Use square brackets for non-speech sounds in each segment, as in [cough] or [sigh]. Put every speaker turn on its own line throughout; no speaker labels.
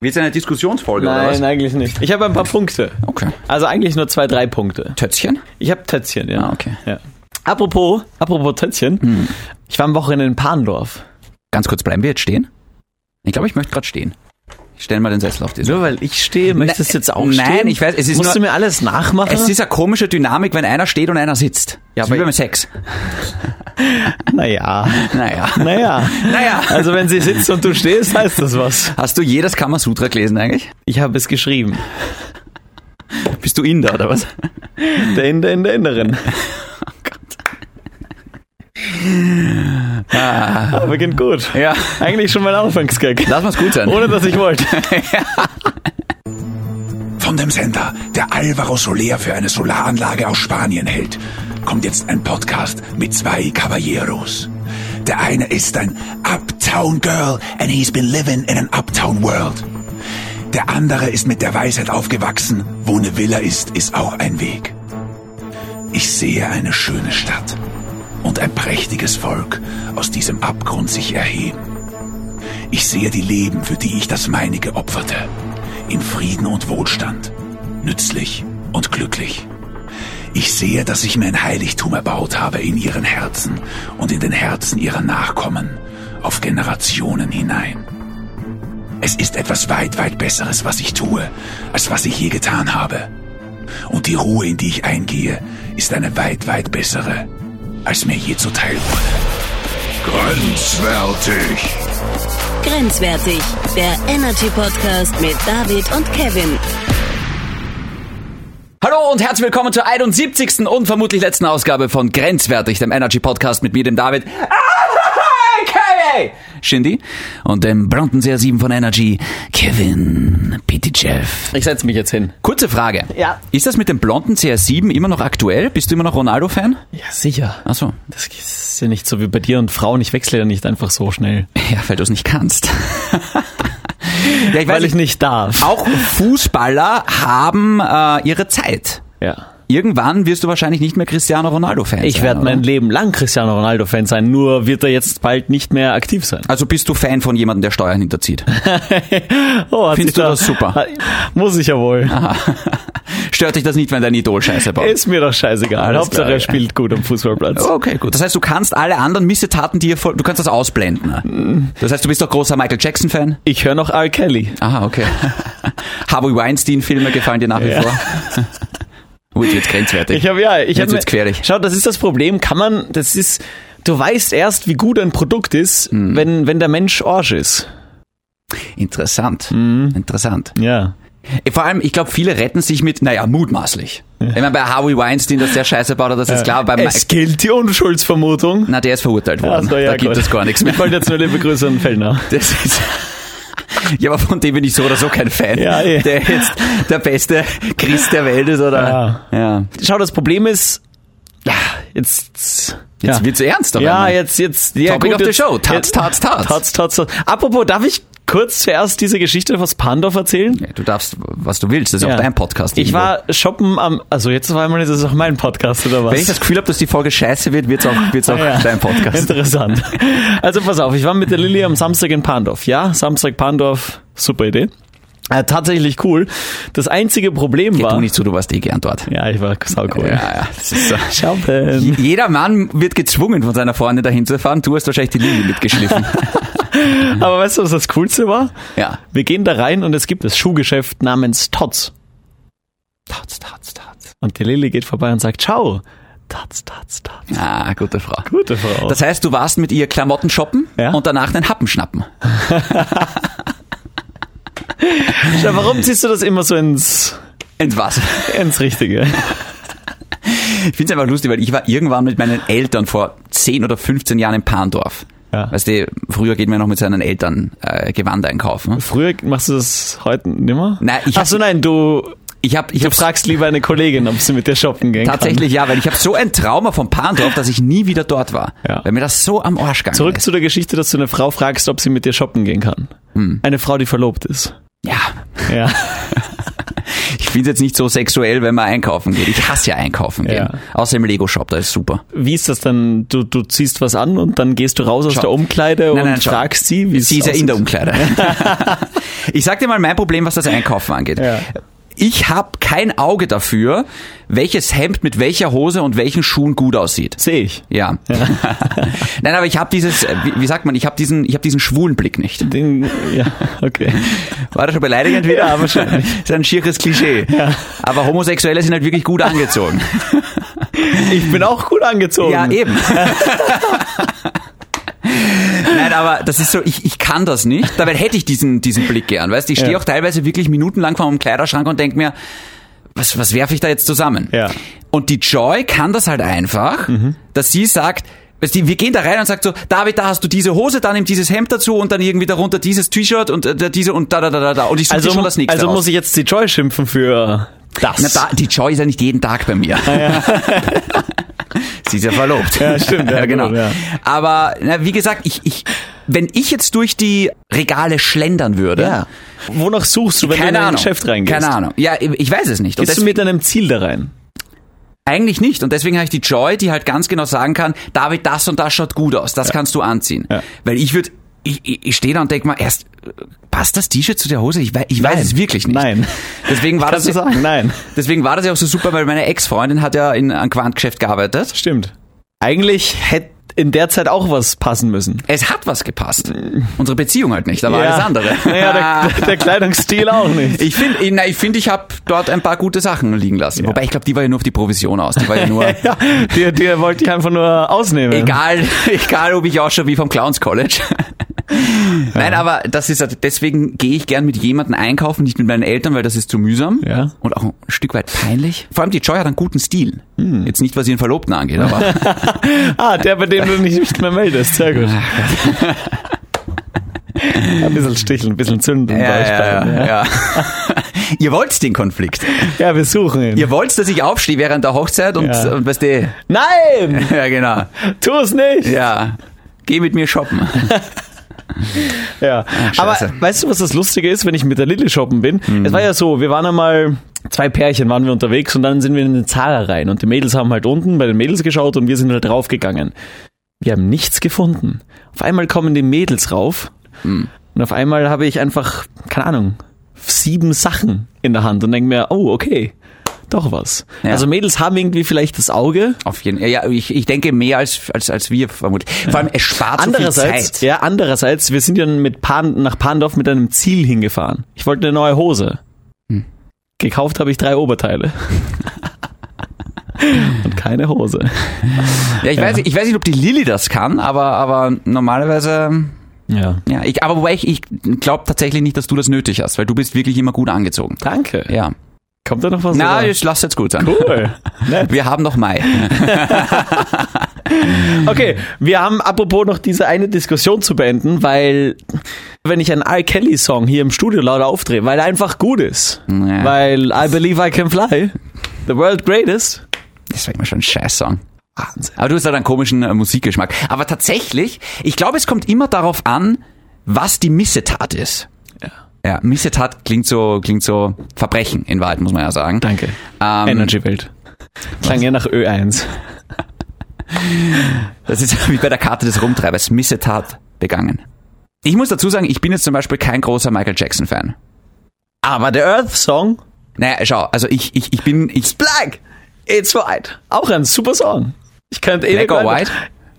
Willst du eine Diskussionsfolge oder was?
Nein, eigentlich nicht. Ich habe ein paar Punkte.
Okay.
Also eigentlich nur zwei, drei Punkte.
Tötzchen?
Ich habe Tötzchen, ja.
Ah, okay.
ja. Apropos, apropos Tötzchen. Ich war am Wochenende in Parndorf.
Ganz kurz, bleiben wir jetzt stehen? Ich glaube, ich möchte gerade stehen. Ich stelle mal den Sessel auf die Seite.
Nur weil ich stehe, möchtest du jetzt auch
nein,
stehen?
ich weiß, es ist
Musst
nur-
du mir alles nachmachen?
Es ist eine komische Dynamik, wenn einer steht und einer sitzt.
Ja,
das ist wie
aber-
beim Sex.
naja,
Naja.
[laughs]
naja.
Naja.
Also wenn sie sitzt und du stehst, heißt das was.
Hast du jedes Kamasutra gelesen eigentlich?
Ich habe es geschrieben.
Bist du Inder oder was?
Der Inder in der [laughs] Inneren. Oh Ah, beginnt gut.
Ja.
Eigentlich schon mein Anfangsgag.
Lass mal's gut sein.
Ohne dass ich wollte.
Von dem Sender, der Alvaro Soler für eine Solaranlage aus Spanien hält, kommt jetzt ein Podcast mit zwei Caballeros. Der eine ist ein Uptown Girl and he's been living in an Uptown World. Der andere ist mit der Weisheit aufgewachsen, wo eine Villa ist, ist auch ein Weg. Ich sehe eine schöne Stadt und ein prächtiges Volk aus diesem Abgrund sich erheben. Ich sehe die Leben, für die ich das meine geopferte. In Frieden und Wohlstand. Nützlich und glücklich. Ich sehe, dass ich mir ein Heiligtum erbaut habe in ihren Herzen und in den Herzen ihrer Nachkommen auf Generationen hinein. Es ist etwas weit, weit Besseres, was ich tue, als was ich je getan habe. Und die Ruhe, in die ich eingehe, ist eine weit, weit bessere, als mir je zuteil wurde. Grenzwertig.
Grenzwertig, der Energy Podcast mit David und Kevin.
Hallo und herzlich willkommen zur 71. und vermutlich letzten Ausgabe von Grenzwertig, dem Energy Podcast mit mir, dem David. AKA Shindy und dem Brandenseer 7 von Energy, Kevin Pitychev.
Ich setze mich jetzt hin.
Kurze Frage.
Ja.
Ist das mit dem blonden CR7 immer noch aktuell? Bist du immer noch Ronaldo-Fan?
Ja, sicher.
Achso.
Das ist ja nicht so wie bei dir und Frauen. Ich wechsle ja nicht einfach so schnell.
[laughs] Ja, weil du es nicht kannst. [laughs] ja, ich weiß
Weil ich nicht darf.
Auch Fußballer haben äh, ihre Zeit.
Ja. Genau.
Irgendwann wirst du wahrscheinlich nicht mehr Cristiano Ronaldo-Fan sein.
Ich werde
oder?
mein Leben lang Cristiano Ronaldo-Fan sein, nur wird er jetzt bald nicht mehr aktiv sein.
Also bist du Fan von jemandem, der Steuern hinterzieht?
[laughs] Oh, hat
Findest
sich Ah,
du das super?
Muss ich ja wohl.
Stört dich das nicht, wenn dein Idol Scheiße baut?
Ist mir doch scheißegal.
Alles
Hauptsache
klar,
er
ja.
spielt gut am Fußballplatz.
Okay, gut. Das heißt, du kannst alle anderen Missetaten, die ihr voll, du kannst das ausblenden.
Mhm.
ne? Das heißt, du bist doch großer Michael Jackson-Fan?
Ich höre noch R. Kelly.
Aha, okay. [laughs] Harvey Weinstein-Filme gefallen dir nach wie
Ja.
vor?
[laughs]
Gut, jetzt grenzwertig.
Ich habe ja, ich
Jetzt
hab
wird's
mir-
querlich.
Schau, das ist das Problem. Kann man, das ist, du weißt erst, wie gut ein Produkt ist, wenn, wenn der Mensch Orange ist.
Interessant.
Mhm.
Interessant. Äh,
Ja.
Vor allem, ich glaube, viele retten sich mit, naja, mutmaßlich. Ich meine, bei Harvey Weinstein, dass der Scheiße baut, das ist klar. Bei
es
Mike,
gilt die Unschuldsvermutung.
na, der ist verurteilt worden.
Also, ja,
da gibt
gut.
es gar nichts mehr.
Ich wollte jetzt nur liebe Grüße an Fellner.
Das ist, ja, aber von dem bin ich so oder so kein Fan.
Ja, eh.
Der jetzt der beste Christ der Welt ist, oder? Ja.
Schau, das Problem ist, ja, jetzt,
Jetzt
ja.
wird's ernst. auf
Ja,
einmal.
jetzt, jetzt, ja,
Topic
gut,
of the
jetzt-
show. Tats,
jetzt-
tats, tats.
Tats, tats, tats. Apropos, darf ich kurz zuerst diese Geschichte aus Pandorf erzählen?
Ja, Du darfst, was du willst. Das ist
Ja.
auch dein Podcast.
Ich
irgendwo.
war shoppen am, also jetzt auf einmal ist es auch mein Podcast, oder was?
Wenn ich das Gefühl habe, dass die Folge scheiße wird, wird's auch, wird's auch
Ah, ja.
dein Podcast.
Interessant. Also pass auf, ich war mit der Lilly am Samstag in Pandorf. Ja, Samstag Pandorf, super Idee. Äh, tatsächlich cool. Das einzige Problem
Geh
war.
du nicht zu, du warst eh gern dort.
Ja, ich war saucool.
ja, das ist so.
Shoppen.
Jeder Mann wird gezwungen, von seiner Freundin dahin zu fahren. Du hast wahrscheinlich die Linie
[laughs]
mitgeschliffen.
Aber weißt du, was das Coolste war?
ja.
Wir gehen da rein und es gibt das Schuhgeschäft namens Tots.
Tats, tats, tats.
Und die Lilly geht vorbei und sagt, ciao. Tots, tots, tots.
Ah, gute Frau.
Gute Frau.
Das heißt, du warst mit ihr Klamotten shoppen
Ja.
und danach einen Happen schnappen.
Ja, warum ziehst du das immer so ins,
Und was?
ins Richtige?
Ich finde es einfach lustig, weil ich war irgendwann mit meinen Eltern vor 10 oder 15 Jahren in Pandorf.
Ja.
Weißt du, früher geht man noch mit seinen Eltern äh, Gewand einkaufen.
Früher machst du das heute nimmer?
Nein, ich hab-
Ach so, nein, du
Ich habe ich
Du
hab's-
fragst lieber eine Kollegin, ob sie mit dir shoppen gehen
tatsächlich ja, weil ich habe so ein Trauma von Pandorf, dass ich nie wieder dort war.
Ja.
Weil mir das so am Arsch gegangen
kann. Zurück
ist.
zu der Geschichte, dass du eine Frau fragst, ob sie mit dir
Hm. [laughs]
shoppen gehen kann. Eine Frau, die verlobt ist.
Ja.
Ja.
Ich finde es jetzt nicht so sexuell, wenn man einkaufen geht. Ich hasse ja einkaufen gehen.
Ja.
Außer im Lego-Shop, da ist super.
Wie ist das dann? Du, du ziehst was an und dann gehst du raus aus
Schau.
der Umkleide und
nein, schau.
fragst sie, wie es
Sie ist ja in
aussieht.
der Um- Umkleide.
[laughs]
ich sag dir mal mein Problem, was das Einkaufen angeht.
Ja.
Ich habe kein Auge dafür, welches Hemd mit welcher Hose und welchen Schuhen gut aussieht.
Sehe ich.
Ja. [laughs] Nein, aber ich habe dieses, äh, wie, wie sagt man, ich habe diesen, ich habe diesen schwulen Blick nicht.
Den, ja, okay.
War das schon beleidigend wieder?
Ja, wahrscheinlich.
Ist ein schieres Klischee. Aber Homosexuelle sind halt wirklich gut angezogen.
Ich bin auch gut angezogen.
Ja,
[laughs]
eben. Nein, aber das ist so, ich, ich kann das nicht. Dabei hätte ich diesen, diesen Blick gern, weißt du? Ich stehe
Ja.
auch teilweise wirklich minutenlang vor einem Kleiderschrank und denke mir, was, was werfe ich da jetzt zusammen?
Ja. Mhm.
Und die Joy kann das halt einfach, dass sie sagt, weißt du, wir gehen da rein und sagt so, David, da hast du diese Hose, dann nimm dieses Hemd dazu und dann irgendwie darunter dieses T-Shirt und äh, diese und da, da, da, da, da. Und ich suche
Also,
schon das nächste
also
raus.
muss ich jetzt die Joy schimpfen für das.
Na, da, die Joy ist ja nicht jeden Tag bei mir. [laughs] Sie ist ja verlobt.
Ah, Ja,
[laughs]
stimmt, ja,
genau.
gut, ja.
Aber na, wie gesagt, ich, ich, wenn ich jetzt durch die Regale schlendern würde,
Ja. Wonach suchst du, wenn
keine
du in ein
Ahnung,
Geschäft reingehst?
Keine Ahnung. Ja, ich weiß es nicht. Und
Gehst du
deswegen-
mit einem Ziel da rein?
eigentlich nicht. Und deswegen habe ich die Joy, die halt ganz genau sagen kann, David, das und das schaut gut aus, das kannst du anziehen.
Ja.
Weil ich würde, ich, ich, ich stehe da und denke mal, erst, äh, passt das T-Shirt zu der Hose? Ich, wei- ich Also- weiß es wirklich nicht. [laughs]
Nein.
Deswegen war, das,
Kannst du sagen? Nein.
deswegen war das ja auch so super, weil meine Ex-Freundin hat ja in einem Quantgeschäft gearbeitet.
Stimmt. Eigentlich hätte in der Zeit auch was passen müssen.
Es hat was gepasst. Unsere Beziehung halt nicht, aber
Ja.
alles andere.
[laughs] Naja, der, der Kleidungsstil auch
[laughs]
nicht.
Ich finde, ich, find, ich habe dort ein paar gute Sachen liegen lassen.
Ja.
Wobei ich glaube, die war ja nur auf die Provision aus. Die war ja nur
[laughs] ja, dir, dir wollte ich einfach nur ausnehmen.
Egal, [laughs] egal, ob ich ausschaue wie vom Clowns
[laughs]
College. Nein, aber das ist halt- deswegen gehe ich gern mit jemandem einkaufen, nicht mit meinen Eltern, weil das ist zu mühsam
Ja.
und auch ein Stück weit peinlich. Vor allem die Joy hat einen guten Stil.
Hm.
Jetzt nicht, was ihren Verlobten angeht,
[laughs]
aber
Ah, der, bei dem du dich nicht mehr meldest. Sehr [laughs] gut. Ein bisschen sticheln, ein bisschen zünden bei euch beiden. Ja.
ja. [laughs] Ihr wollt den Konflikt.
ja, wir suchen ihn.
Ihr wollt, dass ich aufstehe während der Hochzeit und,
Ja.
und weißt du,
Nein!
ja genau,
Tu es nicht!
ja, geh mit mir shoppen.
Ja. Aber
Ah, scheiße.
weißt du, was das Lustige ist, wenn ich mit der Lilly shoppen bin? Es war ja so, wir waren einmal, zwei Pärchen waren wir unterwegs und dann sind wir in den Zara rein und die Mädels haben halt unten bei den Mädels geschaut und wir sind halt draufgegangen. Wir haben nichts gefunden. Auf einmal kommen die Mädels rauf
Hm.
und auf einmal habe ich einfach, keine Ahnung, sieben Sachen in der Hand und denke mir, oh, okay. Doch was.
Ja.
Also Mädels haben irgendwie vielleicht das Auge.
Auf jeden, ja, ja, ich, ich denke mehr als als als wir vermutlich. Vor allem es spart so viel
Andererseits,
Zeit.
ja, andererseits, wir sind ja mit Pan, nach Pandorf mit einem Ziel hingefahren. Ich wollte eine neue Hose. Gekauft habe ich drei Oberteile. Und keine Hose.
Ja, ich, Weiß, ich weiß nicht, ob die Lilly das kann, aber, aber normalerweise.
Ja.
Ja, ich, aber wobei ich, ich glaube tatsächlich nicht, dass du das nötig hast, weil du bist wirklich immer gut angezogen.
Danke.
Ja.
Kommt da noch was?
Na,
oder?
ich lass jetzt gut sein.
cool. Nett.
Wir haben noch Mai.
[laughs] Okay, wir haben apropos noch diese eine Diskussion zu beenden, weil wenn ich einen R. Kelly Song hier im Studio laut aufdrehe, weil er einfach gut ist,
Ja.
weil I Believe I Can Fly, the world greatest.
Das war immer schon ein Scheiß-Song.
Wahnsinn.
Aber du hast halt einen komischen äh, Musikgeschmack. Aber tatsächlich, ich glaube, es kommt immer darauf an, was die Missetat ist. Ja, Missetat klingt so, klingt so Verbrechen in Wahrheit, muss man ja sagen.
Danke.
Ähm,
Energy Welt. Klang ja nach Ö1.
Das ist [laughs] wie bei der Karte des Rumtreibers. Missetat begangen. Ich muss dazu sagen, ich bin jetzt zum Beispiel kein großer Michael Jackson-Fan.
Aber der Earth Song,
Naja, schau, also ich, ich, ich bin... Ich,
Black, It's White. Auch ein super Song. Ich könnte eh
Black or
nicht-
White?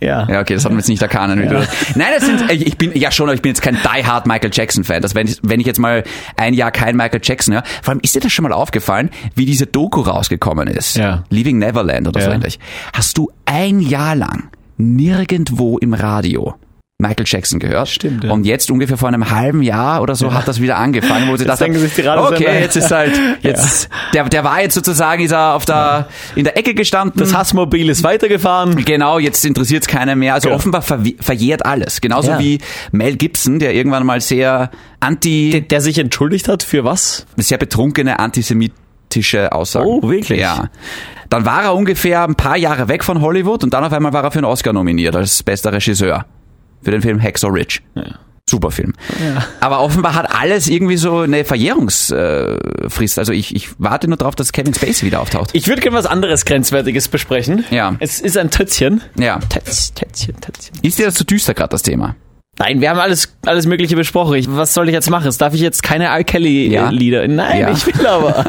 Ja.
Ja, okay, das hatten wir jetzt nicht erkannt. wie du das- Nein, das sind, ich ich bin, ja schon, aber ich bin jetzt kein die-hard Michael Jackson-Fan. Das, wenn, ich- wenn ich jetzt mal ein Jahr kein Michael Jackson höre. Vor allem, ist dir das schon mal aufgefallen, wie diese Doku rausgekommen ist?
Ja.
Leaving Neverland oder so
Ja.
ähnlich. Hast du ein Jahr lang nirgendwo im Radio Michael Jackson gehört?
Stimmt, ja.
Und jetzt ungefähr vor einem halben Jahr oder so hat das wieder angefangen, wo sie dachten,
denken sich die Radiosender,
okay, jetzt ist halt, jetzt, der, der war jetzt sozusagen, ist er auf der, in der Ecke gestanden.
Das Hassmobil ist weitergefahren.
Genau, jetzt interessiert es keiner mehr. Also
Genau.
offenbar verwe- verjährt alles. Genauso
Ja.
wie Mel Gibson, der irgendwann mal sehr anti,
Der sich entschuldigt hat für was?
sehr betrunkene antisemitische Aussagen.
Oh, wirklich?
Ja. Dann war er ungefähr ein paar Jahre weg von Hollywood und dann auf einmal war er für einen Oscar nominiert als bester Regisseur. Für den Film Hacksaw Ridge. Super Film. Aber offenbar hat alles irgendwie so eine Verjährungsfrist. Also ich, ich warte nur darauf, dass Kevin Spacey wieder auftaucht.
Ich würde gerne was anderes Grenzwertiges besprechen.
Ja.
Es ist ein Tötzchen.
ja.
Tötz, Tötzchen, Tötzchen.
Ist dir das zu düster gerade das Thema?
Nein, wir haben alles, alles Mögliche besprochen. Ich, was soll ich jetzt machen? Es darf ich jetzt keine R.
Ja.
Kelly-Lieder? Nein,
Ja.
ich
[laughs]
will aber.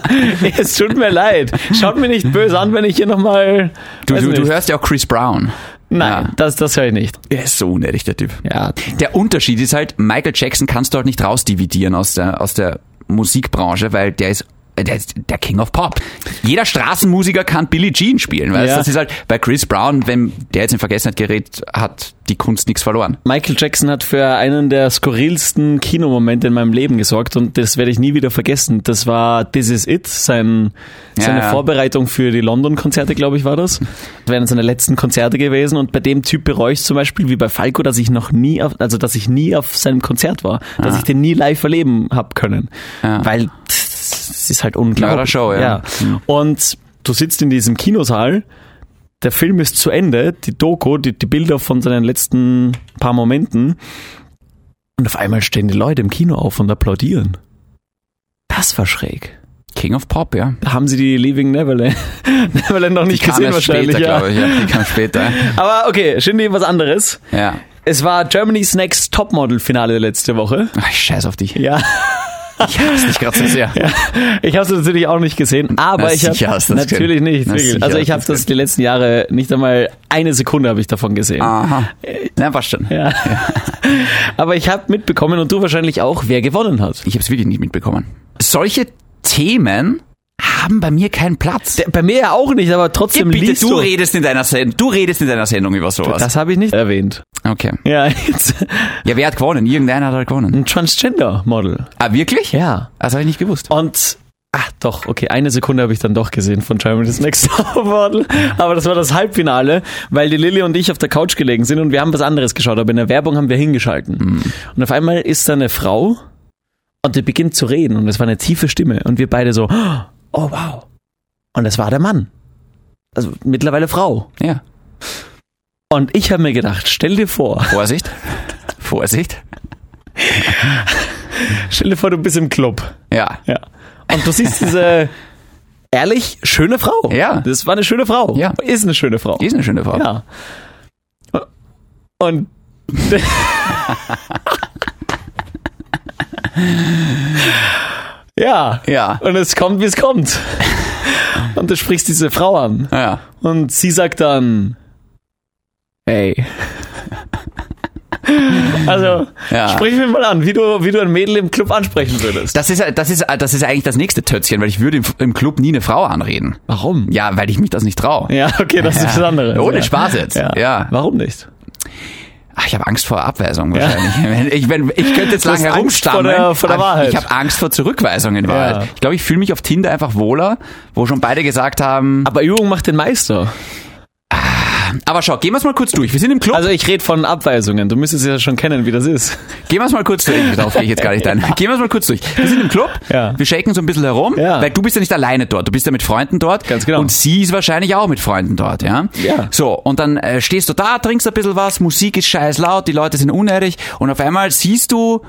es tut mir leid. Schaut mir nicht böse an, wenn ich hier nochmal.
Du,
Also
du, du hörst ja auch Chris Brown.
Nein,
Ja.
das, das höre ich nicht.
Der ist so unehrlich, der Typ.
Ja.
Der Unterschied ist halt, Michael Jackson kannst du halt nicht rausdividieren aus der, aus der Musikbranche, weil der ist äh, der ist der King of Pop. Jeder Straßenmusiker kann Billie Jean spielen, weißt
Ja.
Das ist halt bei Chris Brown, wenn der jetzt in Vergessenheit gerät, hat die Kunst nichts verloren.
Michael Jackson hat für einen der skurrilsten Kinomomente in meinem Leben gesorgt und das werde ich nie wieder vergessen. Das war This Is It, sein, seine
ja.
Vorbereitung für die London-Konzerte, glaube ich, war das. Das wären seine letzten Konzerte gewesen und bei dem Typ bereue ich zum Beispiel wie bei Falco, dass ich noch nie auf, also dass ich nie auf seinem Konzert war,
Ah.
dass ich den nie live erleben habe können, weil es ist halt unglaublich.
Klare Show, ja.
Und du sitzt in diesem Kinosaal der Film ist zu Ende, die Doku, die, die Bilder von seinen letzten paar Momenten. Und auf einmal stehen die Leute im Kino auf und applaudieren. Das war schräg.
King of Pop, ja.
Da haben sie die Leaving Neverland, [laughs] Neverland noch nicht
Kam
gesehen
erst
wahrscheinlich.
später,
ja.
glaube ich. Ja, die kam später.
Aber okay, Shindy, was anderes.
Ja.
Es war Germany's Next Topmodel-Finale letzte Woche.
Ach, ich scheiß auf dich.
Ja.
Ich hasse dich gerade so sehr.
Ich habe es natürlich auch nicht gesehen, aber
Na,
ich habe
sicher hast du das
natürlich
gesehen.
nicht.
Na,
wirklich.
sicher
Also ich
hast du
habe
das
das die letzten Jahre nicht einmal eine Sekunde habe ich davon gesehen.
Aha. Na, passt schon.
Ja. [laughs] Aber ich habe mitbekommen und du wahrscheinlich auch, wer gewonnen hat.
Ich habe es wirklich nicht mitbekommen. Solche Themen haben bei mir keinen Platz.
Bei mir ja auch nicht, aber trotzdem
Bitte,
liest
du redest in deiner Sendung, du redest in deiner Sendung über sowas.
Das habe ich nicht erwähnt.
okay.
Ja, jetzt
Ja, wer hat gewonnen? Irgendeiner hat halt gewonnen.
ein Transgender-Model.
Ah, wirklich?
Ja.
Das habe ich nicht gewusst.
Und ach doch, okay, eine Sekunde habe ich dann doch gesehen von Germany's Next Top Model. Aber das war das Halbfinale, weil die Lilly und ich auf der Couch gelegen sind und wir haben was anderes geschaut, aber in der Werbung haben wir hingeschalten. Und auf einmal ist da eine Frau und die beginnt zu reden und es war eine tiefe Stimme und wir beide so, oh wow. Und das war der Mann. Also mittlerweile Frau.
Ja.
Und ich habe mir gedacht, stell dir vor, [laughs]
Vorsicht. Vorsicht.
stell dir vor, du bist im Club.
Ja.
Ja. Und du siehst diese [laughs] ehrlich schöne Frau.
Ja.
Das war eine schöne Frau.
Ja.
Ist eine schöne Frau.
Die ist eine schöne Frau.
ja. Und [laughs] ja.
Ja.
Und es kommt, wie es kommt. Und du sprichst diese Frau an.
Ja.
Und sie sagt dann, hey. Also,
Ja. Ah.
sprich mir mal an, wie du, wie du ein Mädel im Club ansprechen würdest.
Das ist, das ist, das ist eigentlich das nächste Tötzchen, weil ich würde im, im Club nie eine Frau anreden.
Warum?
Ja, weil ich mich das nicht traue.
Ja, okay, das ist das andere.
Ohne
ja.
Spaß jetzt.
Ja.
Ja.
Warum nicht?
Ach, ich habe Angst vor Abweisung wahrscheinlich. [laughs] Wenn- Ich, wenn, ich könnte jetzt
Du hast
lange
Angst vor
herumstammen.
der- vor der
aber
Wahrheit.
Ich habe Angst vor Zurückweisung in Wahrheit.
Ja.
Ich glaube, ich fühle mich auf Tinder einfach wohler, wo schon beide gesagt haben.
Aber Übung macht den Meister.
Aber schau, gehen wir es mal kurz durch. Wir sind im Club.
Also ich rede von Abweisungen. Du müsstest ja schon kennen, wie das ist.
Gehen wir es mal kurz durch. Darauf gehe ich jetzt gar
[laughs]
nicht ein. Gehen wir es mal kurz durch. Wir sind im Club,
Ja.
wir shaken so ein bisschen herum,
Ja.
weil du bist ja nicht alleine dort. Du bist ja mit Freunden dort.
Ganz genau.
Und sie ist wahrscheinlich auch mit Freunden dort, ja?
Ja.
So, und dann äh, stehst du da, trinkst ein bisschen was, Musik ist scheiß laut, die Leute sind unehrlich und auf einmal siehst du,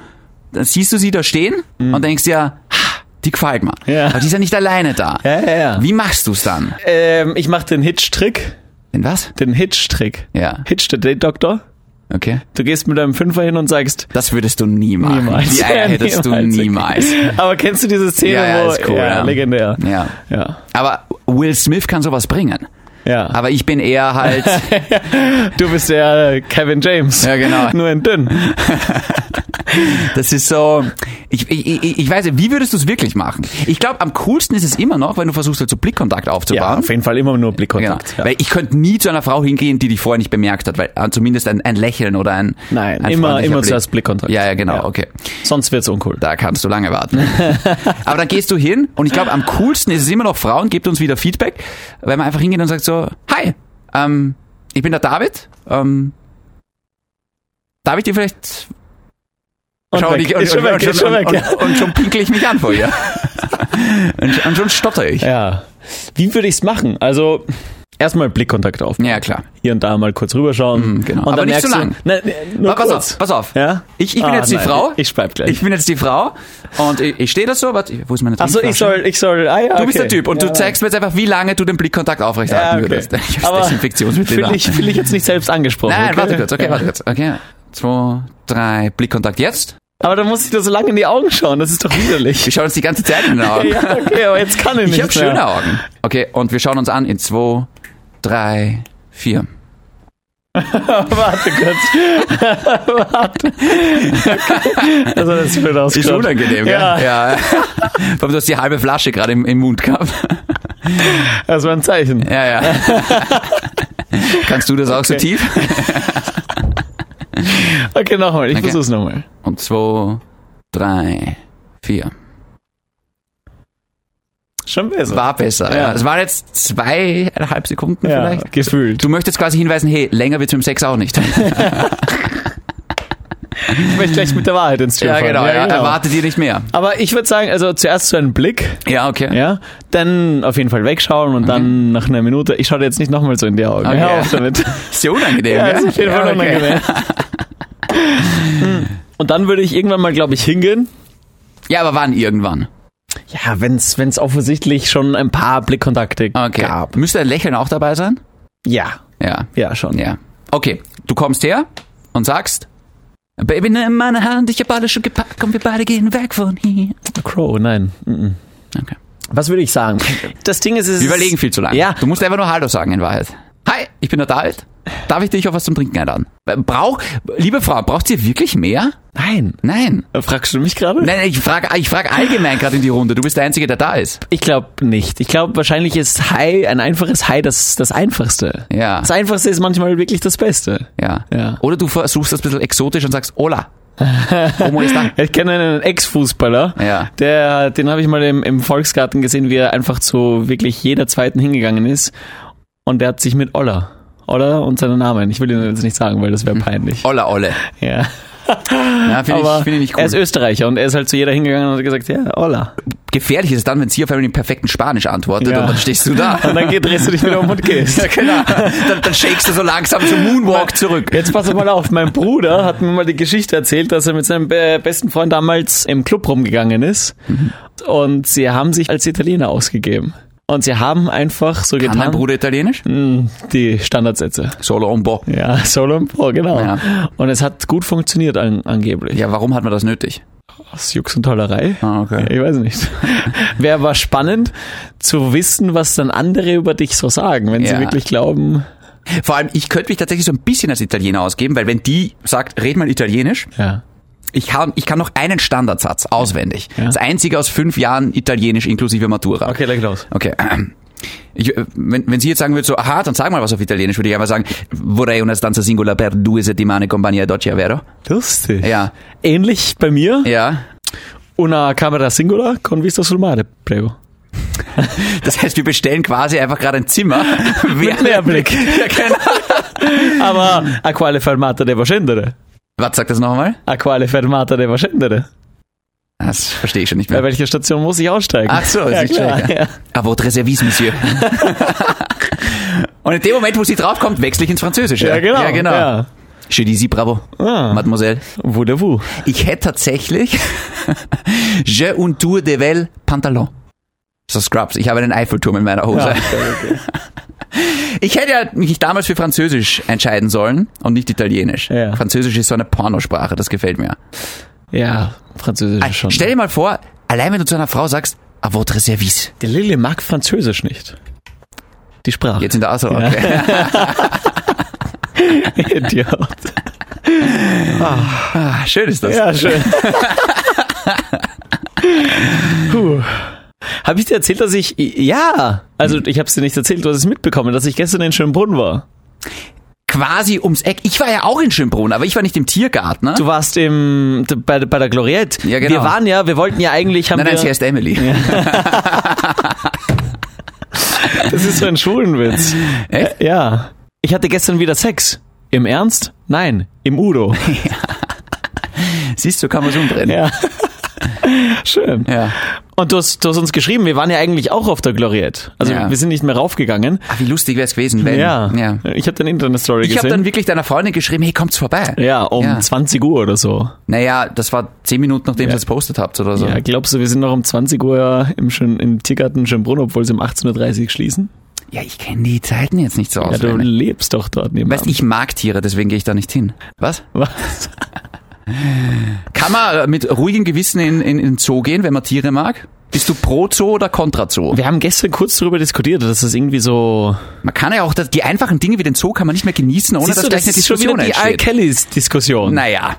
dann siehst du sie da stehen und denkst dir, "Ha, die gefällt mir.
Mhm. Ja.
Aber die ist ja nicht alleine da.
Ja, ja, ja.
Wie machst du es dann?
Ähm, ich mache den Hitch-Trick.
Denn was?
Den Hitch-Trick.
Ja.
Hitch the Date Doctor.
Okay.
Du gehst mit deinem Fünfer hin und sagst, [laughs]
Das würdest du nie machen.
niemals.
Die Eier
Ja,
hättest
[laughs]
du niemals.
Aber kennst du diese Szene,
Ja, ja,
wo...
ist cool, ja.
legendär.
Ja.
Ja.
Aber Will Smith kann sowas bringen.
ja.
Aber ich bin eher
[laughs]
halt.
du bist der äh, Kevin James.
Ja, genau.
[laughs] Nur in dünn.
Das ist so. Ich, ich, ich, ich weiß nicht, wie würdest du es wirklich machen? Ich glaube, am coolsten ist es immer noch, wenn du versuchst, halt so Blickkontakt aufzubauen.
jeden Fall immer nur
Genau.
Blickkontakt.
Weil ich könnte nie zu einer Frau hingehen, die dich vorher nicht bemerkt hat, weil äh, zumindest ein, ein Lächeln oder ein
Nein,
ein
immer,
freundlicher
immer
Blick.
zuerst Blickkontakt.
Ja, ja, genau,
Ja.
okay.
Sonst wird's uncool.
Da kannst du lange
[laughs]
warten. Aber dann gehst du hin und ich glaube, am coolsten ist es immer noch Frauen, gebt uns wieder Feedback, weil man einfach hingeht und sagt so, hi, ähm, ich bin der David, ähm, darf ich dir vielleicht
Und
Schau,
weg.
die, und,
ist schon
und,
weg,
und,
ist schon weg.
und,
ja.
und, und schon pinkel ich mich an vor
[laughs]
ihr. und, und schon stotter ich.
Ja. Wie würde ich's machen? Also, erstmal Blickkontakt auf.
Ja, klar.
Hier und da mal kurz rüberschauen.
Mhm, genau.
Und
Aber
dann
nicht zu
merkst du-
lang.
Nein, nee, nur
pass
kurz.
auf, pass auf.
Ja?
Ich, ich bin
Ah,
jetzt die
nein,
Frau.
Ich, ich bleib gleich.
Ich bin jetzt die Frau und ich, ich stehe da so, warte, wo ist meine
Achso, ich
Trinkflasche?
soll, ich soll, ah ja,
Du bist der
okay.
Typ und
Ja.
du zeigst mir jetzt einfach, wie lange du den Blickkontakt aufrechterhalten
ja, okay.
würdest. Ich hab's
Aber
Desinfektionsmittel da.
Will ich, will ich jetzt nicht selbst angesprochen.
Nein,
okay?
warte kurz, okay,
Ja.
warte kurz. Okay, zwei, drei, Blickkontakt jetzt.
Aber dann muss ich dir so lange in die Augen schauen, das ist doch
Wir
widerlich.
schauen uns die ganze Zeit in den Augen.
[laughs] ja, okay, aber jetzt kann ich nicht
ich habe
mehr.
schöne Augen. Okay, und wir schauen uns an in zwei, drei, vier.
Warte kurz. Warte. Also, das ist blöd
Ist
ausgeschaut.
unangenehm, gell?
Ja.
ja.
[laughs]
Vor allem, du hast die halbe Flasche gerade im, im Mund gehabt.
Das war ein Zeichen.
Ja,
[laughs]
ja. Kannst du das auch so
Okay.
tief?
Okay, nochmal, ich
Okay.
versuch's nochmal.
Und zwei, drei, vier.
Schon besser.
War besser, ja.
Ja.
Es waren jetzt zweieinhalb Sekunden
ja,
vielleicht.
gefühlt.
Du möchtest quasi hinweisen, hey, länger wird's mit dem Sex auch
[laughs]
nicht.
Ich möchte gleich mit der Wahrheit ins Tür
ja,
fallen.
genau, ja, Erwarte dir nicht mehr.
Aber ich würde sagen, also zuerst so einen Blick,
Ja, okay.
ja, dann auf jeden Fall wegschauen und dann nach einer Minute, ich schaue dir jetzt nicht nochmal so in die Augen.
Okay.
Hör auf [laughs] damit.
Ist ja unangenehm,
Ja,
gell?
ist auf jeden Fall
Ja, okay.
unangenehm. Hm. [laughs] Und dann würde ich irgendwann mal, glaube ich, hingehen.
Ja, aber wann irgendwann?
Ja, wenn es offensichtlich schon ein paar Blickkontakte
Okay.
gab.
Müsste ein Lächeln auch dabei sein?
Ja,
Ja.
ja, schon.
Ja. Okay, du kommst her und sagst, Baby, nimm meine Hand, ich hab alles schon gepackt, komm, wir beide gehen weg von hier.
Crow, nein. Mhm.
Okay.
Was würde ich sagen? Das Ding ist, es
Wir überlegen viel zu lange.
Ja.
Du musst einfach nur Hallo sagen in Wahrheit. Hi, ich bin der David. Darf ich dich auf was zum Trinken einladen? Brauch, liebe Frau, braucht ihr wirklich mehr?
Nein.
Nein.
Fragst du mich gerade?
Nein, nein, ich frage ich frag allgemein gerade in die Runde. Du bist der Einzige, der da ist.
Ich glaube nicht. Ich glaube, wahrscheinlich ist High, ein einfaches High, das, das einfachste.
Ja.
Das einfachste ist manchmal wirklich das Beste.
Ja.
Ja.
Oder du versuchst das ein bisschen exotisch und sagst,
[laughs]
hola. Homo ist da.
Ich kenne einen Ex-Fußballer,
Ja.
der, den habe ich mal im, im Volksgarten gesehen, wie er einfach zu wirklich jeder zweiten hingegangen ist. Und der hat sich mit Olla. Olla und seinen Namen. Ich will ihn jetzt nicht sagen, weil das wäre peinlich.
Hola, Olle.
Ja.
Ja, finde Mhm. Oh, ich,
Aber
find ich nicht
er
cool.
ist Österreicher und er ist halt zu jeder hingegangen und hat gesagt, ja, Olla.
Gefährlich ist es dann, wenn sie auf einmal in perfekten Spanisch antwortet
Ja.
und dann stehst du da.
[laughs] Und dann geht- drehst du dich wieder um und gehst.
Ah. [laughs] Ja, genau. Dann, dann shakest du so langsam zum Moonwalk zurück.
Jetzt pass mal auf, mein Bruder hat mir mal die Geschichte erzählt, dass er mit seinem be- besten Freund damals im Club rumgegangen ist und sie haben sich als Italiener ausgegeben. Und sie haben einfach so
Kann dein
getan,
Bruder Italienisch?
Mm, die Standardsätze.
Solo un po'.
Ja, [laughs] Solo und Pro, genau.
Ja.
Und es hat gut funktioniert an, angeblich.
Ja, warum hat man das nötig?
Aus Jux und Tollerei.
Ah, okay.
Ich weiß nicht. [laughs] Wäre aber spannend zu wissen, was dann andere über dich so sagen, wenn
Ja.
sie wirklich glauben.
Vor allem, ich könnte mich tatsächlich so ein bisschen als Italiener ausgeben, weil wenn die sagt, red mal Italienisch,
Ja.
ich, hab, ich kann noch einen Standardsatz auswendig.
Ja.
Das einzige aus fünf Jahren Italienisch inklusive Matura.
Okay, leg los.
Okay. Ich, äh, wenn, wenn sie jetzt sagen würde, so, aha, dann sag mal was auf Italienisch, würde ich einfach sagen, vorrei una stanza singola per due settimane compagnia doccia, vero?
Lustig.
Ja,
Ähnlich bei mir.
ja.
Una Kamera Singular con vista sul mare, prego.
Das heißt, wir bestellen quasi einfach gerade ein
[laughs]
Zimmer. [laughs] Mit
Meerblick.
Ja, genau.
Aber a quale fermata devo scendere?
Was sagt das nochmal?
A quale fermata devo scendere?
Das verstehe ich schon nicht
Bei
mehr.
welcher Station muss ich aussteigen?
Ach so, ist
ja,
nicht
klar,
schlecht,
ja.
A votre service,
[laughs]
monsieur. Und in dem Moment, wo sie draufkommt, wechsle ich ins Französische.
ja, genau.
Ja, genau.
Ja.
Je dis si bravo,
Ah.
mademoiselle.
Voulez-vous?
Ich hätte tatsächlich [laughs] Je un tour de vel pantalon. So Scrubs, ich habe einen Eiffelturm in meiner Hose.
Ja,
[laughs] Ich hätte ja mich damals für Französisch entscheiden sollen und nicht Italienisch.
Ja.
Französisch ist so eine Pornosprache, das gefällt mir.
Ja, Französisch ist schon.
Stell dir mal vor, allein wenn du zu einer Frau sagst, à votre service.
Die Lilly mag Französisch nicht. Die Sprache.
Jetzt in der Auswahl. Okay.
[laughs]
[laughs]
[laughs] Idiot.
Ah, schön ist das.
Ja, schön. Habe ich dir erzählt, dass ich... Ja, also ich habe es dir nicht erzählt, du hast es mitbekommen, dass ich gestern in Schönbrunn war.
Quasi ums Eck. Ich war ja auch in Schönbrunn, aber ich war nicht im Tiergarten. Ne?
Du warst im d- bei, bei der Gloriette.
Ja, genau.
Wir waren ja, wir wollten ja eigentlich haben
nein, nein, sie
wir,
heißt Emily.
Das ist so ein Schulenwitz.
[laughs] Echt?
Ja. Ich hatte gestern wieder Sex. Im Ernst? Nein,
[laughs]
im Udo.
Siehst du, kann man es umdrehen.
Ja. [laughs] Schön.
Ja.
Und du hast, du hast uns geschrieben, wir waren ja eigentlich auch auf der Gloriette. Also
Ja.
wir sind nicht mehr raufgegangen.
Ach, Ah, wie lustig wäre es gewesen, wenn. ja.
Ich habe dann Internet-Story
Ich habe
gesehen.
dann wirklich deiner Freundin geschrieben, hey, kommt's vorbei.
ja, um
Ja.
20 Uhr oder so.
Naja, das war zehn Minuten, nachdem ihr es postet habt oder so.
Ja, glaubst du, wir sind noch um 20 Uhr im, Schön, im Tiergarten Schönbrunn, obwohl sie um 18.30 Uhr schließen?
Ja, ich kenne die Zeiten jetzt nicht so
Ja, du
auswendig.
lebst doch dort nebenan.
Weißt, ich mag Tiere, deswegen gehe ich da nicht hin. Was?
[laughs] Was?
Kann man äh, mit ruhigem Gewissen in, in, in den Zoo gehen, wenn man Tiere mag? Bist du pro Zoo oder kontra Zoo?
Wir haben gestern kurz darüber diskutiert, dass es irgendwie so...
Man kann ja auch das, die einfachen Dinge wie den Zoo kann man nicht mehr genießen, ohne
Siehst
dass
du,
gleich eine
ist schon
Diskussion
wieder die R.
entsteht.
Kellys-Diskussion.
Naja,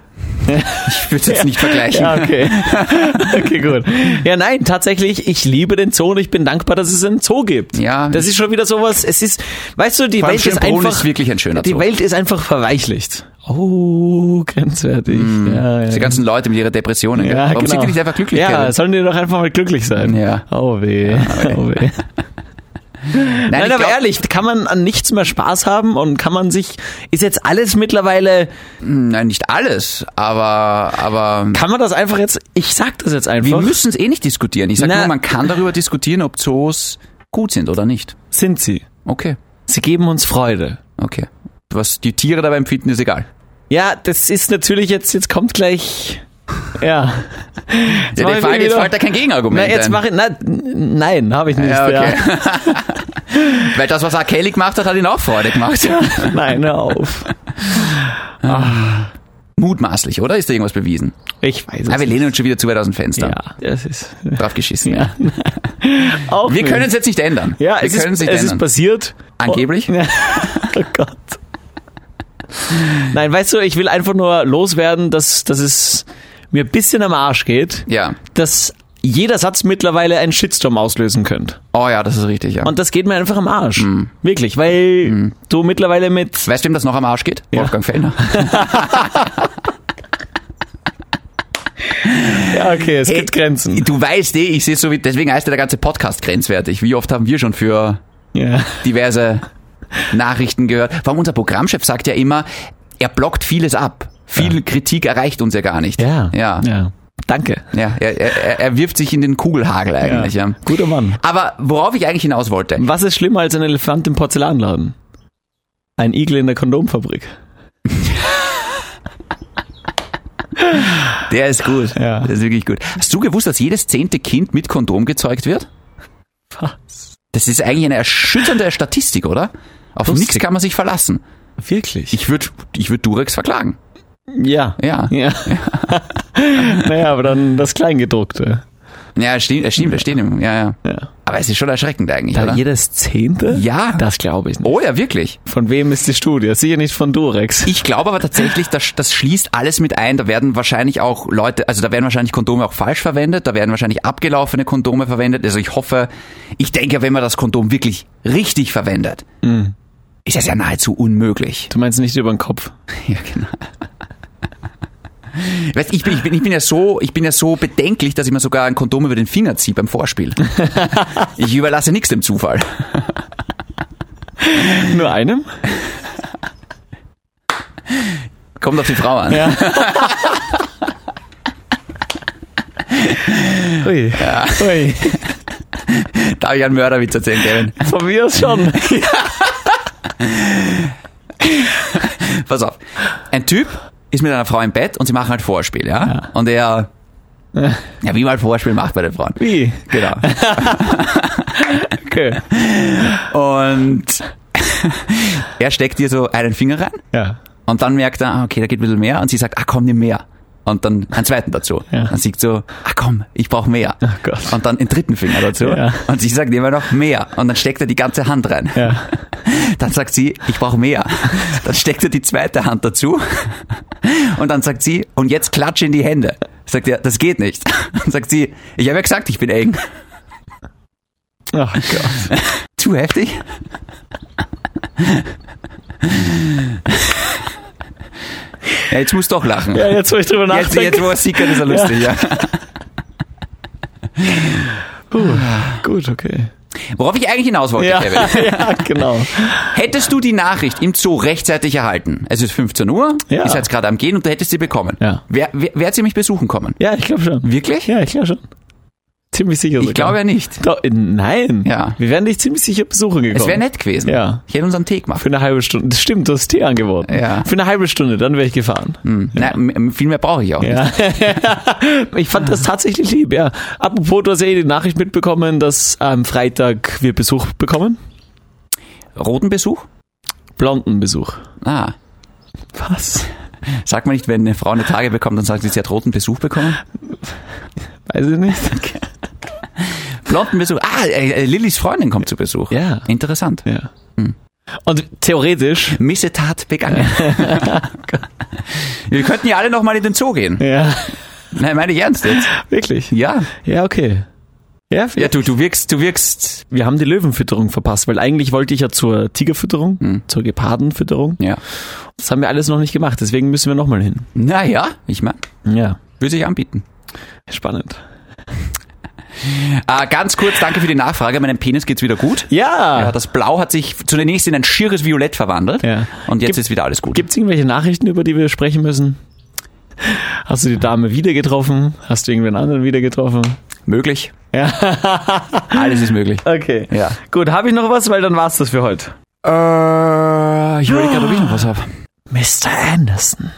ich würde es jetzt nicht vergleichen.
[laughs] Ja, okay. [laughs] okay, gut. Ja, nein, tatsächlich, ich liebe den Zoo und ich bin dankbar, dass es einen Zoo gibt.
Ja.
Das ist schon wieder sowas, es ist, weißt du, die
Vor allem
Welt ist
Schönbrunn
einfach,
ist wirklich ein schöner
die
Zoo.
Welt ist einfach verweichlicht. Oh, grenzwertig. Ja, ja.
Die Hm. ganzen Leute mit ihren Depressionen. gell?
ja,
Warum
genau.
sind die nicht einfach glücklich?
Ja,
Kevin?
sollen die doch einfach mal glücklich sein.
Ja.
Oh weh. oh weh.
[laughs] Nein,
Nein,
ich
aber
glaub-
ehrlich, kann man an nichts mehr Spaß haben und kann man sich, ist jetzt alles mittlerweile,
Nein, nicht alles, aber, aber
kann man das einfach jetzt, ich sag das jetzt
wir
einfach,
müssen es eh nicht diskutieren. Ich sage
Na-
nur, man kann darüber diskutieren, ob Zoos gut sind oder nicht.
sind sie.
Okay,
Sie geben uns Freude.
okay. Was die Tiere dabei empfinden, ist egal.
Ja, das ist natürlich jetzt, jetzt kommt gleich. Ja. Jetzt
Ja,
mach
der
ich
Fall,
wieder-
jetzt fällt da kein Gegenargument
Na, jetzt
ein.
mache ich. Na, nein, habe ich nicht.
Ja,
Ja,
okay. [laughs] Weil das, was R. Kelly gemacht hat, hat ihn auch Freude gemacht.
[laughs] Nein, hör auf.
Mutmaßlich, oder? Ist da irgendwas bewiesen?
Ich weiß es
Ah, wir
nicht.
lehnen uns schon wieder zu weit aus dem Fenster.
Ja, das ist.
Drauf geschissen.
Ja. Auch
Wir
nicht.
können es jetzt nicht ändern.
Ja,
wir
es
können
ist,
nicht
es ist
ändern.
passiert.
Angeblich?
[laughs] Oh, oh Gott. Nein, weißt du, ich will einfach nur loswerden, dass, dass es mir ein bisschen am Arsch geht,
ja.
dass jeder Satz mittlerweile einen Shitstorm auslösen könnte.
Oh ja, das ist richtig, ja.
Und das geht mir einfach am Arsch. Wirklich, weil du mittlerweile mit.
weißt du, wem das noch am Arsch geht? Wolfgang Fellner.
[laughs] Ja, okay, es
Hey,
gibt Grenzen.
Du weißt eh, ich sehe so wie, deswegen heißt ja der ganze Podcast grenzwertig. Wie oft haben wir schon für
Ja.
diverse Nachrichten gehört? Vor allem unser Programmchef sagt ja immer, er blockt vieles ab. Viel Kritik erreicht uns ja gar nicht.
Ja.
Ja.
Danke.
ja. Er, er, er wirft sich in den Kugelhagel eigentlich, ja.
Guter Mann.
Aber worauf ich eigentlich hinaus wollte,
Was ist schlimmer als ein Elefant im Porzellanladen? Ein Igel in der Kondomfabrik.
der ist gut.
Ja.
Der ist wirklich gut. Hast du gewusst, dass jedes zehnte Kind mit Kondom gezeugt wird?
Was?
Das ist eigentlich eine erschütternde Statistik, oder? Auf
Lustig.
nichts kann man sich verlassen.
Wirklich?
Ich würde ich würd Durex verklagen.
ja.
Ja.
[laughs] Ja. naja, aber dann das Kleingedruckte.
Ja, stimmt, äh, stimmt, wir stehen im, ja, ja.
Ja.
Aber es ist schon erschreckend eigentlich,
Da
oder?
jedes Zehnte?
Ja.
Das glaube ich nicht.
Oh ja, wirklich.
Von wem ist die Studie? Sicher nicht von Durex.
Ich glaube aber tatsächlich, das, das schließt alles mit ein. Da werden wahrscheinlich auch Leute, also da werden wahrscheinlich Kondome auch falsch verwendet, da werden wahrscheinlich abgelaufene Kondome verwendet. Also ich hoffe, ich denke, wenn man das Kondom wirklich richtig verwendet, ist das ja nahezu unmöglich.
Du meinst nicht über den Kopf.
Ja, genau. Weißt, ich, bin, ich, bin, ich, bin ja so, ich bin ja so bedenklich, dass ich mir sogar ein Kondom über den Finger ziehe beim Vorspiel. Ich überlasse nichts dem Zufall.
Nur einem?
Kommt auf die Frau an.
Ja. Ui. Ui.
Darf ich einen Mörderwitz erzählen, Kevin?
[laughs] Von mir aus schon.
Pass auf. Ein Typ ist mit einer Frau im Bett und sie machen halt Vorspiel, ja? Und
[laughs]
er, ja, wie man halt Vorspiel macht bei den Frauen.
Wie?
Genau.
Okay.
[laughs] Und [laughs] er steckt ihr so einen Finger rein
Ja.
und dann merkt er, ah, okay, da geht ein bisschen mehr und sie sagt, ah komm, nimm mehr. Und dann einen zweiten dazu.
Ja. Oh
Dann sieht so, ah komm, ich brauche mehr.
Gott.
Und dann einen dritten Finger dazu.
Ja.
Und sie sagt immer noch mehr. Und dann steckt er die ganze Hand rein.
Ja.
Dann sagt sie, ich brauche mehr. Dann steckt er die zweite Hand dazu und dann sagt sie, und jetzt klatsche in die Hände. Sagt er, das geht nicht. [laughs] Dann sagt sie, ich habe ja gesagt, ich bin eng.
Ach Gott.
Zu heftig? Ja, jetzt musst du doch lachen.
Ja, jetzt, wo ich drüber
jetzt, jetzt,
nachdenke.
wo es sickert, ist er lustig, ja.
Puh. Gut, okay.
Worauf ich eigentlich hinaus wollte,
Ja,
Kevin.
[laughs] ja, genau.
Hättest du die Nachricht im Zoo rechtzeitig erhalten, es ist 15 Uhr,
Ja.
ist jetzt gerade am Gehen und du hättest sie bekommen.
Ja.
Wer, wer, wer hat sie mich besuchen kommen?
Ja, ich glaube schon.
Wirklich?
Ja, ich glaube schon. Ziemlich sicher
Ich glaube ja nicht.
Doch, äh, nein.
Ja.
Wir wären dich ziemlich sicher besuchen gekommen.
Es wäre nett gewesen.
Ja.
Ich hätte uns einen Tee gemacht.
Für eine halbe Stunde. Das stimmt, du hast Tee angeboten.
Ja.
Für eine halbe Stunde, dann wäre ich gefahren.
Nein, m- viel mehr brauche ich auch nicht.
Ja. [laughs] ich fand das tatsächlich lieb, ja. Apropos, du hast eh die Nachricht mitbekommen, dass am Freitag wir Besuch bekommen.
Roten Besuch?
Blonden Besuch.
Ah.
Was?
Sagt man nicht, wenn eine Frau eine Tage bekommt, dann sagt sie, sie hat roten Besuch bekommen?
Weiß ich nicht.
Blonden Besuch. Ah, äh, äh, Lillys Freundin kommt zu Besuch.
Ja.
Interessant.
Ja. Hm. Und theoretisch.
Missetat begangen. [laughs] Wir könnten ja alle nochmal in den Zoo gehen.
Ja,
Nein, meine ich ernst jetzt.
wirklich.
Ja.
Ja, okay. Ja,
Ja, du, du wirkst, du wirkst.
wir haben die Löwenfütterung verpasst, weil eigentlich wollte ich ja zur Tigerfütterung, zur Gepardenfütterung.
Ja.
Das haben wir alles noch nicht gemacht, deswegen müssen wir nochmal hin.
Naja, ich meine,
Ja.
würde sich anbieten.
Spannend.
Ah, ganz kurz, danke für die Nachfrage. Meinem Penis geht's wieder gut. Ja,
Ja!
das Blau hat sich zunächst in ein schieres Violett verwandelt.
Ja.
Und jetzt
Gibt-
ist wieder alles gut.
Gibt es irgendwelche Nachrichten, über die wir sprechen müssen? Hast du die Dame wieder getroffen? Hast du irgendwen anderen wieder getroffen?
Möglich.
Ja.
[laughs] Alles ist möglich.
okay.
Ja.
Gut, habe ich noch was? Weil dann war's das für heute.
Äh, ich überlege gerade, ob ich noch was habe.
Mr. Anderson.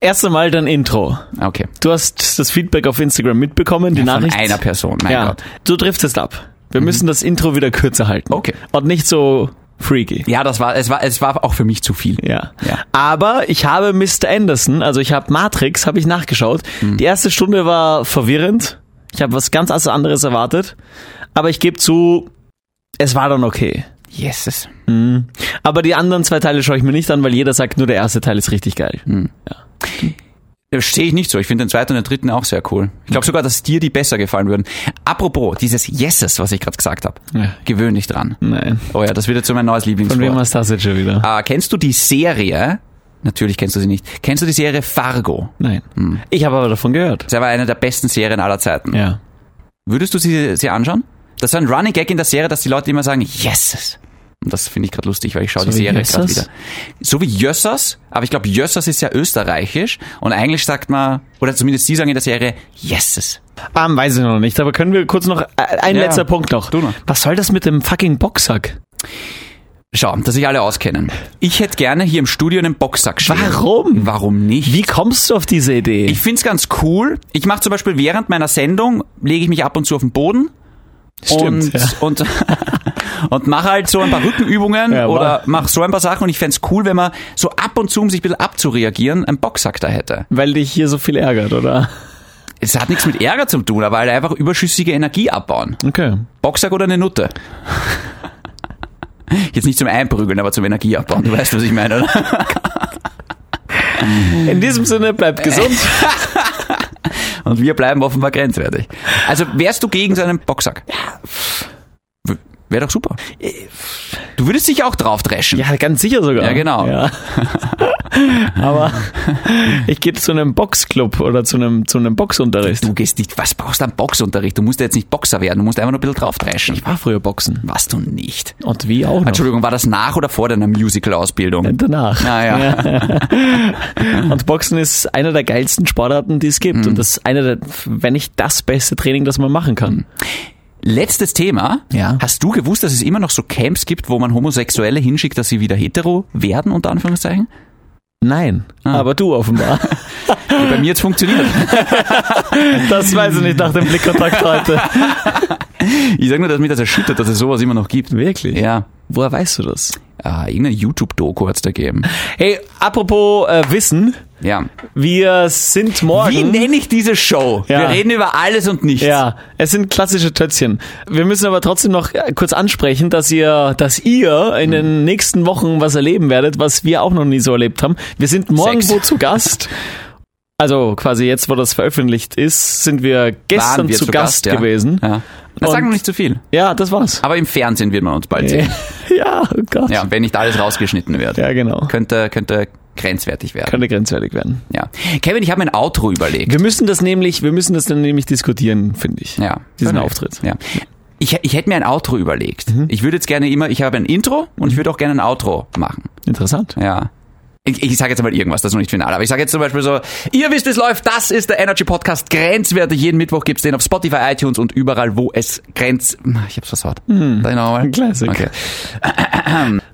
Erst einmal dein Intro.
Okay.
Du hast das Feedback auf Instagram mitbekommen, die
Von
Nachricht.
einer Person, mein
ja,
Gott. Mhm.
du driftest ab. Wir müssen das Intro wieder kürzer halten.
Okay.
Und nicht so freaky.
Ja, das war, es war, es war auch für mich zu viel.
Ja.
Ja.
Aber ich habe Mr. Anderson, also ich habe Matrix, habe ich nachgeschaut.
Mhm.
Die erste Stunde war verwirrend. Ich habe was ganz anderes erwartet. Aber ich gebe zu, es war dann okay.
Yes.
Aber die anderen zwei Teile schaue ich mir nicht an, weil jeder sagt, nur der erste Teil ist richtig geil.
Mhm. Stehe Äh, ich nicht so. Ich finde den zweiten und den dritten auch sehr cool. Ich glaube sogar, dass dir die besser gefallen würden. Apropos, dieses Yeses, was ich gerade gesagt habe.
Ja.
Gewöhn dich dran.
Nein.
Oh ja, das wird jetzt so mein neues
Von wem
Lieblingswort.
hast du das jetzt schon wieder?
Ah, kennst du die Serie? Natürlich kennst du sie nicht. Kennst du die Serie Fargo?
Nein. Ich habe aber davon gehört.
Das war eine der besten Serien aller Zeiten.
Hm. Ja.
Würdest du sie, sie anschauen? Das ist ein Running Gag in der Serie, dass die Leute immer sagen, Yeses. Und das finde ich gerade lustig, weil ich schaue
So
die
wie
Serie gerade wieder.
Jössers?
So wie Jössers, aber ich glaube, Jössers ist ja österreichisch und eigentlich sagt man, oder zumindest die sagen in der Serie, Yeses.
Ähm, weiß ich noch nicht, aber können wir kurz noch, äh, ein
Ja.
letzter Punkt noch.
Du noch.
Was soll das mit dem fucking Boxsack?
Schau, dass sich alle auskennen. Ich hätte gerne hier im Studio einen Boxsack stehen.
Warum?
Warum nicht?
Wie kommst du auf diese Idee?
Ich find's ganz cool. Ich mache zum Beispiel während meiner Sendung, lege ich mich ab und zu auf den Boden und,
ja.
[laughs] und, und mache halt so ein paar Rückenübungen
Ja,
oder
wahr.
mache so ein paar Sachen und ich fänd's cool, wenn man so ab und zu, um sich ein bisschen abzureagieren, einen Boxsack da hätte.
Weil dich hier so viel ärgert, oder?
Es hat nichts mit Ärger zu tun, aber halt einfach überschüssige Energie abbauen.
Okay.
Boxsack oder eine Nutte? [laughs] Jetzt nicht zum Einprügeln, aber zum Energieabbauen. Du weißt, was ich meine, oder?
In diesem Sinne, bleibt gesund.
[laughs] Und wir bleiben offenbar grenzwertig. Also wärst du gegen seinen Boxsack? Ja. Wäre doch super. Du würdest dich auch drauf dreschen.
Ja, ganz sicher sogar.
Ja, genau.
[laughs] Ja. aber ich gehe zu einem Boxclub oder zu einem, zu einem Boxunterricht.
Du gehst nicht, was brauchst du am Boxunterricht? Du musst ja jetzt nicht Boxer werden, du musst einfach nur ein bisschen drauf dreschen.
war früher Boxen.
Was du nicht.
Und wie auch noch.
Entschuldigung, war das nach oder vor deiner Musical-Ausbildung?
Danach.
Naja.
Und Boxen ist einer der geilsten Sportarten, die es gibt. Und das ist einer der, wenn nicht das beste Training, das man machen kann.
Letztes Thema.
Ja.
Hast du gewusst, dass es immer noch so Camps gibt, wo man Homosexuelle hinschickt, dass sie wieder hetero werden, unter Anführungszeichen?
Nein, aber du [laughs] offenbar.
Bei mir jetzt funktioniert. [laughs]
Das weiß ich nicht nach dem Blickkontakt heute.
Ich sag nur, dass mich das erschüttert, dass es sowas immer noch gibt.
[laughs] Wirklich?
Ja.
Woher weißt du das?
Ah, irgendeine YouTube-Doku hat's da gegeben.
Hey, apropos äh, Wissen,
Ja.
wir sind morgen.
Wie nenne ich diese Show?
Mhm. Ja.
Wir reden über alles und nichts.
ja, es sind klassische Tötzchen. Wir müssen aber trotzdem noch äh, kurz ansprechen, dass ihr, dass ihr
Hm.
in den nächsten Wochen was erleben werdet, was wir auch noch nie so erlebt haben. Wir sind morgen
Sex.
wo zu Gast. Also quasi jetzt, wo das veröffentlicht ist, sind wir gestern
Waren wir
zu, Gast,
ja.
gewesen.
Ja. Das
Und-
sagen wir nicht zu viel.
Ja, das war's.
Aber im Fernsehen wird man uns bald sehen.
[laughs] Ja, oh Gott.
Ja, wenn nicht alles rausgeschnitten wird.
ja genau.
Könnte, könnte grenzwertig werden.
Könnte grenzwertig werden.
Ja. Kevin, ich habe mir ein Outro überlegt.
Wir müssen das nämlich, wir müssen das dann nämlich diskutieren, finde ich.
Ja.
Diesen
Okay.
Auftritt. Mhm.
Ja. Ich, ich hätte mir ein Outro überlegt. Ich würde jetzt gerne immer, ich habe ein Intro und ich würde auch gerne ein Outro machen.
Interessant.
Ja. ich, ich sage jetzt mal irgendwas, das ist noch nicht final, aber ich sage jetzt zum Beispiel so, ihr wisst, es läuft, das ist der Energy Podcast Grenzwerte. Jeden Mittwoch gibt's den auf Spotify, iTunes und überall, wo es Grenz... Ich hab's versaut. Hm. Da nochmal.
Classic.
Okay.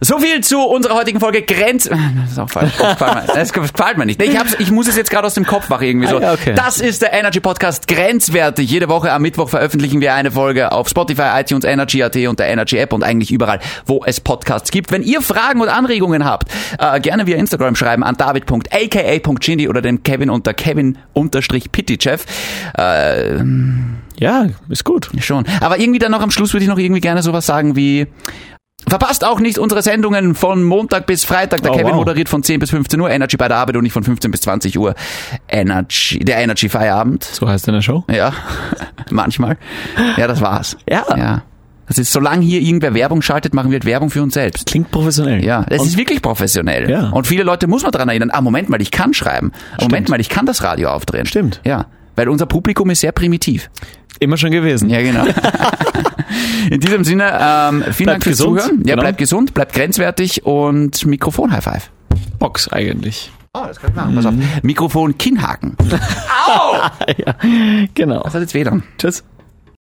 So viel zu unserer heutigen Folge Grenz... Ah, Das ist auch falsch. Das gefällt mir,
[laughs]
das gefällt mir nicht. Ich, hab's, ich muss es jetzt gerade aus dem Kopf machen irgendwie so.
Ah, ja, okay.
Das ist der Energy Podcast Grenzwerte. Jede Woche am Mittwoch veröffentlichen wir eine Folge auf Spotify, iTunes, Energy.at und der Energy App und eigentlich überall, wo es Podcasts gibt. Wenn ihr Fragen und Anregungen habt, äh, gerne via Instagram schreiben an david.aka.chindi oder dem Kevin unter Kevin-Pittichev. Äh,
Ja, ist gut.
Schon. Aber irgendwie dann noch am Schluss würde ich noch irgendwie gerne sowas sagen wie. Verpasst auch nicht unsere Sendungen von Montag bis Freitag. Der
Oh,
Kevin
wow.
moderiert von 10 bis 15 Uhr Energy bei der Arbeit und ich von 15 bis 20 Uhr Energy, der Energy Feierabend.
So heißt deine Show.
Ja, [laughs] manchmal. Ja, das war's.
Ja.
ja. Das ist, solange hier irgendwer Werbung schaltet, machen wir halt Werbung für uns selbst.
Klingt professionell.
Ja, es
Und
ist wirklich professionell.
Ja.
Und viele Leute muss man dran erinnern, ah, Moment mal, ich kann schreiben. Moment mal, ich kann das Radio aufdrehen.
Stimmt.
Ja, weil unser Publikum ist sehr primitiv.
immer schon gewesen.
Ja,
[laughs]
genau. In diesem Sinne, ähm, vielen Dank fürs
gesund,
Zuhören. Ja,
genau.
bleibt gesund, bleibt grenzwertig und Mikrofon High Five.
Box eigentlich.
Oh, das kann ich
Mhm.
machen. Pass auf. Mikrofon Kinnhaken.
Genau.
Das hat jetzt weh dann.
Tschüss.